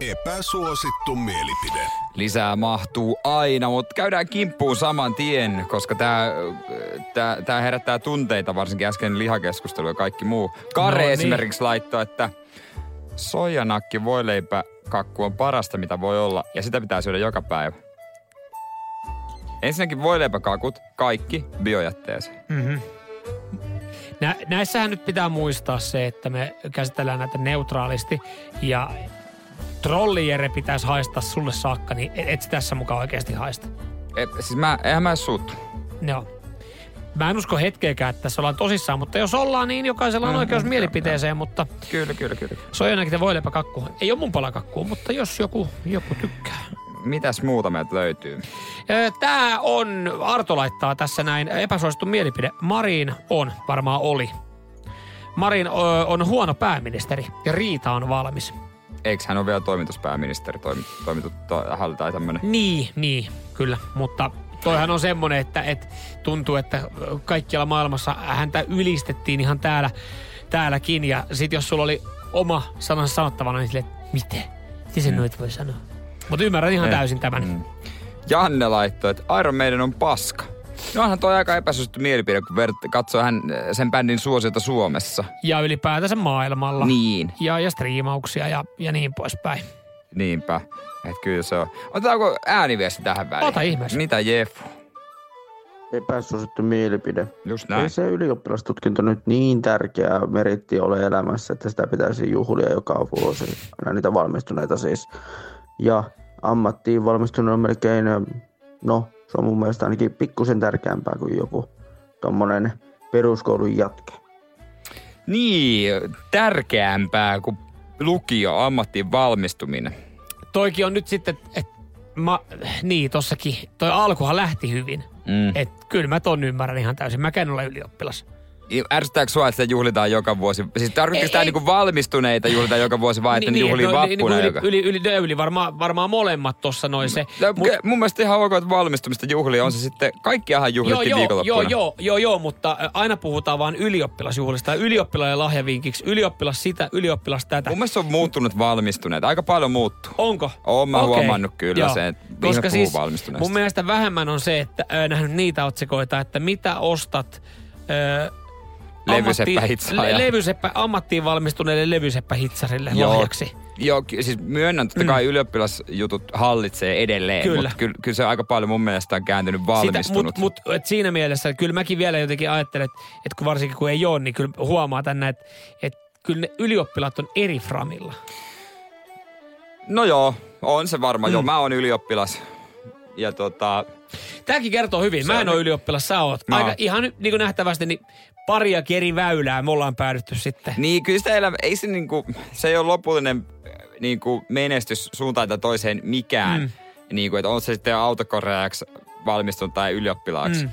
Epäsuosittu mielipide. Lisää mahtuu aina, mutta käydään kimppuun saman tien, koska tämä tää, tää herättää tunteita, varsinkin äsken lihakeskustelu ja kaikki muu. Kare no, No niin. esimerkiksi laittoi, että soijanakki voi leipä kakku on parasta, mitä voi olla, ja sitä pitää syödä joka päivä. Ensinnäkin voileipäkakut, kaikki biojätteeseen. Nä, näissähän nyt pitää muistaa se, että me käsitellään näitä neutraalisti ja trollijere pitäisi haistaa sulle saakka, niin et, et sä tässä mukaan oikeasti haista. E, siis mä, eihän mä suuttu. Joo. Mä en usko hetkeäkään, että tässä ollaan tosissaan, mutta jos ollaan, niin jokaisella on oikeus mielipiteeseen, mutta Kyllä, kyllä, kyllä. se on jonakin te voileipäkakku. Ei ole mun palakakku, mutta jos joku, joku tykkää. Mitäs muuta meiltä löytyy? Ö, Tää on, Arto laittaa tässä näin, epäsuosittu mielipide. Marin on, varmaan oli. Marin ö, on huono pääministeri ja Riita on valmis. Eikö hän ole vielä toimituspääministeri, toimi, toimitu, to, hal- tai tämmönen? Niin, niin, kyllä, mutta toihan on semmoinen, että, että tuntuu, että kaikkialla maailmassa häntä ylistettiin ihan täällä, täälläkin. Ja sit jos sulla oli oma sanansa sanottavana, niin silleen, että miten? Miten sen noit voi sanoa? Mutta ymmärrän ihan Mm. Eh, täysin tämän. Mm. Janne laittoi, että Iron Maiden on paska. No onhan toi aika epäsuosittu mielipide, kun vert, katsoo hän äh, sen bändin suosiota Suomessa. Ja ylipäätänsä maailmalla. Niin. Ja, ja striimauksia ja, ja niin poispäin. Niinpä. Et kyllä se on. Otetaanko ääniviesti tähän väliin? Ota ihmeessä. Mitä Jeff? epäsuosittu mielipide. Just Näin. Ei näin. se ylioppilastutkinto nyt niin tärkeä meritti ole elämässä, että sitä pitäisi juhlia joka vuosi. Aina niitä valmistuneita siis. Ja ammattiin valmistunut on melkein, no se on mun mielestä ainakin pikkusen tärkeämpää kuin joku tommonen peruskoulun jatke. Niin, tärkeämpää kuin lukio, ammattiin valmistuminen. Toikin on nyt sitten, että mä, niin tossakin, toi alkuhan lähti hyvin. Mm. Et kyllä mä ton ymmärrän ihan täysin. Mäkään en ole ylioppilas. Ärsyttääkö sua, että sitä juhlitaan joka vuosi? Siis tarkoitatko Ei, sitä ei. niinku valmistuneita juhlitaan joka vuosi vai että niin, juhlii no, niin, vappuna? kuin joka... yli, yli, yli, yli, varmaan, varmaan molemmat tossa noin se. No, Mut- Mut... mun mielestä ihan ok, että valmistumista juhlia on se sitten, kaikkiahan Joo, juhlittiin joo, joo, viikonloppuna. joo, joo, joo, mutta ä, aina puhutaan vaan ylioppilasjuhlista. Ylioppilaille lahjavinkiksi, ylioppilas sitä, ylioppilas tätä. Mun mielestä se on muuttunut valmistuneet, aika paljon muuttuu. Onko? Oon mä Okei, huomannut kyllä sen, että ihmiset Koska puhuu siis valmistuneesti. mun mielestä vähemmän on se, että ö, nähnyt niitä otsikoita, että mitä ostat... Ö, Levyseppä ammattiin- hitsaaja. le- levyseppä, ammattiin valmistuneelle levyseppä hitsarille Joo. Oh, lahjaksi. Mm. Joo, ky- siis myönnän, totta kai ylioppilasjutut hallitsee edelleen, Kyllä. mutta kyllä, kyllä se aika paljon mun mielestä on kääntynyt valmistunut. Sitä, mut, mut, et siinä mielessä, että kyllä mäkin vielä jotenkin ajattelen, että, että kun varsinkin kun ei ole, niin kyllä huomaa tänne, että, että kyllä ne ylioppilaat on eri framilla. No joo, on se varma. Mm. Joo, mä oon ylioppilas. Ja tota, Tämäkin kertoo hyvin. Mä en ole ylioppilas, sä oot. Mä Aika, oon. ihan niin kuin nähtävästi, niin paria eri väylää me ollaan päädytty sitten. niin kyllä sitä elämä, ei se niinku, se ei ole lopullinen äh, niinku menestys suuntaan tai toiseen mikään. Mm. Niinku, että on se sitten autokorjaajaksi valmistunut tai ylioppilaaksi. Mm.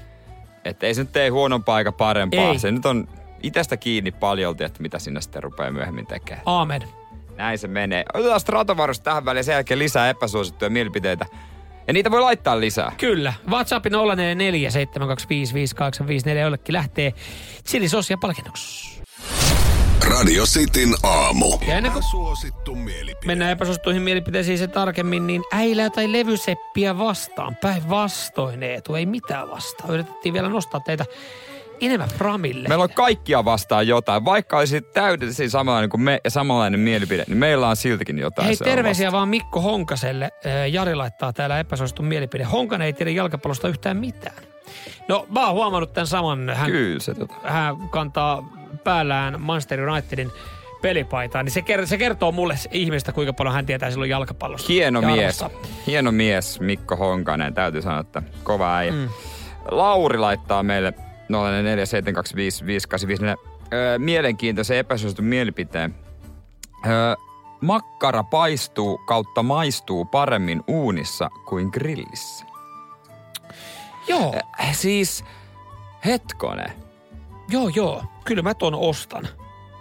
Että ei se nyt tee huonompaa eikä parempaa. Ei. Se nyt on itestä kiinni paljolti, että mitä sinne sitten rupeaa myöhemmin tekemään. Aamen. Näin se menee. Otetaan Stratovarus tähän väliin ja sen jälkeen lisää epäsuosittuja mielipiteitä. Ja niitä voi laittaa lisää. Kyllä. WhatsApp 044 7255854 jollekin lähtee chilisosia palkinnoksi. Radio Cityn aamu. Ja ennen kuin Epäsuosittu mielipide. mennään epäsuosittuihin mielipiteisiin se tarkemmin, niin äilää tai levyseppiä vastaan. Päinvastoin Eetu, ei mitään vastaan. Yritettiin vielä nostaa teitä enemmän framille. Meillä on kaikkia vastaan jotain. Vaikka olisi täydellisesti samanlainen kuin me ja samanlainen mielipide, niin meillä on siltikin jotain. Hei, se on terveisiä vaan Mikko Honkaselle. Ö, Jari laittaa täällä epäsuosittu mielipide. Honkan ei tiedä jalkapallosta yhtään mitään. No, mä oon huomannut tämän saman. vasta- Hän, Kyllä se tota. hän kantaa päällään Manchester Unitedin pelipaitaa, niin se, ker- se kertoo mulle ihmistä, kuinka paljon hän tietää silloin jalkapallosta. Hieno ja mies. arvostaa. Hieno mies Mikko Honkanen. Täytyy sanoa, että kova äijä. Mm. Lauri laittaa meille 04725585 öö, mielenkiintoisen epäsuositun mielipiteen. Öö, makkara paistuu kautta maistuu paremmin uunissa kuin grillissä. Joo. Eh, Siis, hetkone. Joo, joo. Kyllä mä ton ostan.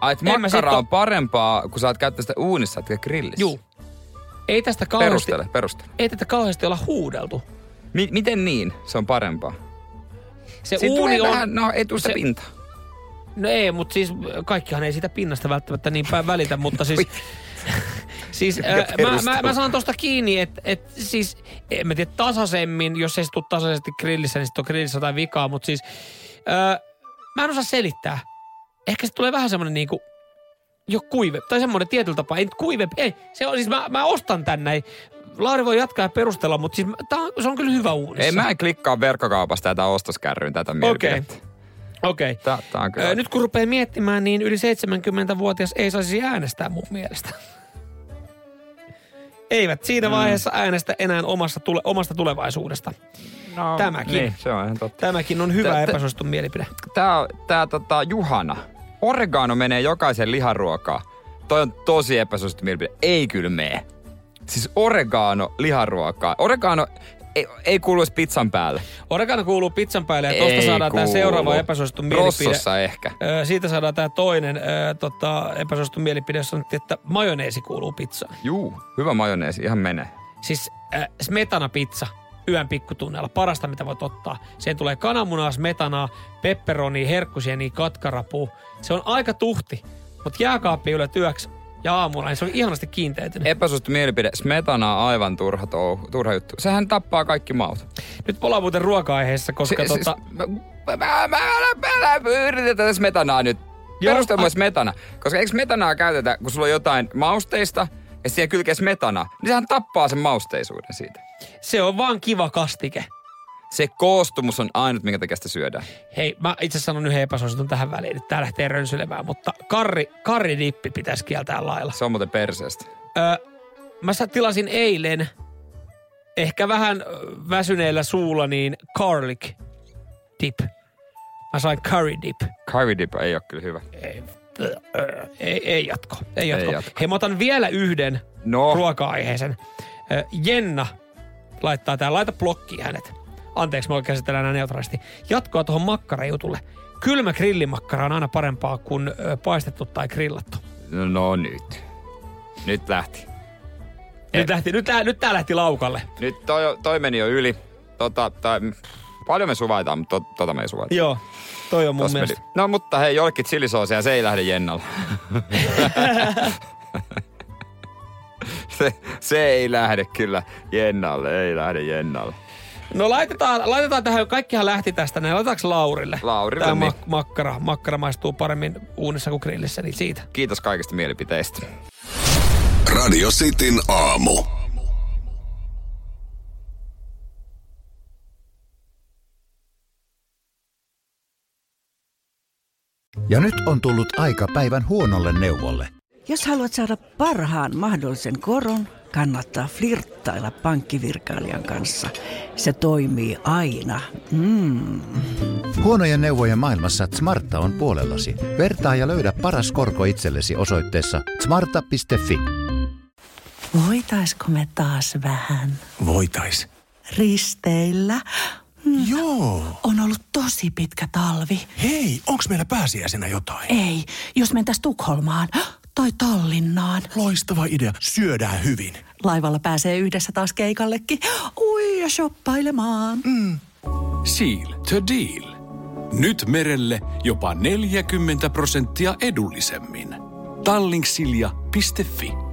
Ai, et En mä sit makkara oo- on parempaa, kun sä oot käyttää sitä uunissa, etkä grillissä. Juu. Ei tästä kauheasti, Perustele, perustele. ei tätä kauheasti olla huudeltu. Mi- miten niin? Se on parempaa. Se Siinä uuni tulee on... vähän, no, etusta se- pinta. No ei, mutta siis kaikkihan ei sitä pinnasta välttämättä niin päin välitä, mutta siis... siis Mikä äh, mä, mä, perustelu? mä saan tosta kiinni, että et, siis en mä tiedä tasaisemmin, jos ei se tule tasaisesti grillissä, niin sitten on grillissä jotain vikaa, mutta siis äh, mä en osaa selittää. Ehkä se tulee vähän semmoinen niinku jo kuive, tai semmoinen tietyllä tapaa, ei nyt kuive, ei, se on siis mä, mä ostan tän näin. Lauri voi jatkaa ja perustella, mutta siis mä- tää on, se on kyllä hyvä uudessa. Ei, mä en klikkaa verkkokaupasta tätä ostoskärryyn tätä mielipidettä. Okei. Okay. Tää, tää on kyllä. Öö, nyt kun rupeaa miettimään, niin yli 70-vuotias ei saisi äänestää mun mielestä. Eivät siinä Mm. vaiheessa äänestä enää omasta, tule, omasta tulevaisuudesta. no, tämäkin. Niin, se on ihan totta. Tämäkin on hyvä Tä- tä- epäsuostun mielipide. Tää, on- tää tota, Juhana. Oregano menee jokaisen liharuokaan. Toi on tosi epäsuosittu mielipide. Ei kyllä mene. Siis oregano liharuokaa. Oregano ei, ei kuuluisi pizzan päälle. Oregano kuuluu pizzan päälle ja tuosta Ei saadaan tämä kuulu. seuraava epäsuostun mielipide. Rossossa ehkä. Öö, siitä saadaan tämä toinen öö, tota, epäsuostun mielipide, jossa sanottiin, että majoneesi kuuluu pizzaan. Juu, hyvä majoneesi, ihan menee. Siis äh, smetana pizza yön pikkutunneilla. Parasta, mitä voit ottaa. Siihen tulee kananmunaa, smetanaa, pepperoni, herkkusieniä, katkarapu. Se on aika tuhti, mutta jääkaappi yllä työksi ja aamulla, niin se on ihanasti kiinteytynyt. Epäsuosittu mielipide, smetana on aivan turha, touhu, turha juttu. Sehän tappaa kaikki maut. Nyt me ollaan muuten ruoka-aiheessa, koska Si- tota... siis, mä, mä, mä, mä, mä, mä yritän tätä smetanaa nyt. Joo, Perustelma ai- olisi smetana. Koska eikö smetanaa käytetä, kun sulla on jotain mausteista ja siihen kylkee smetana, niin sehän tappaa sen mausteisuuden siitä. se on vaan kiva kastike. Se koostumus on ainut, minkä takia sitä syödään. Hei, mä itse sanon yhden epäsuositun tähän väliin, nyt tää lähtee rönsylemään, mutta karri, karridippi pitäisi kieltää lailla. Se on muuten perseestä. Ö, mä sä tilasin eilen, ehkä vähän ö, väsyneellä suulla, niin garlic dip. Mä sain curry dip. Curry dip ei ole kyllä hyvä. Ei, ö, ö, ei, ei jatko. Ei jatko. Ei Ei jatko. jatko. Oh. Hei, mä otan vielä yhden No. ruoka-aiheisen. Ö, Jenna laittaa tää. Laita blokki hänet. Anteeksi, mä käsitellään nämä neutraalisti. Jatkoa tuohon makkarajutulle. Kylmä grillimakkara on aina parempaa kuin ö, paistettu tai grillattu. No, no nyt. Nyt lähti. Nyt, lähti, nyt, lä- nyt tää lähti laukalle. Nyt toi, toi meni jo yli. Tota, tai, paljon me suvaitaan, mutta to, tota me ei suvaita. Joo, toi on mun Tos meni. mielestä. No mutta hei, jollekin chilisoosia, se ei lähde Jennalla. se, se ei lähde kyllä Jennalle, ei lähde Jennalle. No laitetaan, laitetaan tähän, kaikkihan lähti tästä, näin laitetaanko Laurille? Laurille, Tämä niin. mak- makkara, makkara maistuu paremmin uunissa kuin grillissä, niin siitä. Kiitos kaikista mielipiteistä. Radio Cityn aamu. Ja nyt on tullut aika päivän huonolle neuvolle. Jos haluat saada parhaan mahdollisen koron, kannattaa flirttailla pankkivirkailijan kanssa. Se toimii aina. Mm. Huonojen neuvojen maailmassa Smarta on puolellasi. Vertaa ja löydä paras korko itsellesi osoitteessa smarta.fi. Voitaisko me taas vähän Voitais. risteillä? Mm. Joo. On ollut tosi pitkä talvi. Hei, onks meillä pääsiäisenä jotain? Ei, jos mentäis Tukholmaan tai Tallinnaan. Loistava idea. Syödään hyvin. Laivalla pääsee yhdessä taas keikallekin. Ui ja shoppailemaan. Seal to Deal. Nyt merelle jopa 40 prosenttia edullisemmin. Tallinksilja.fi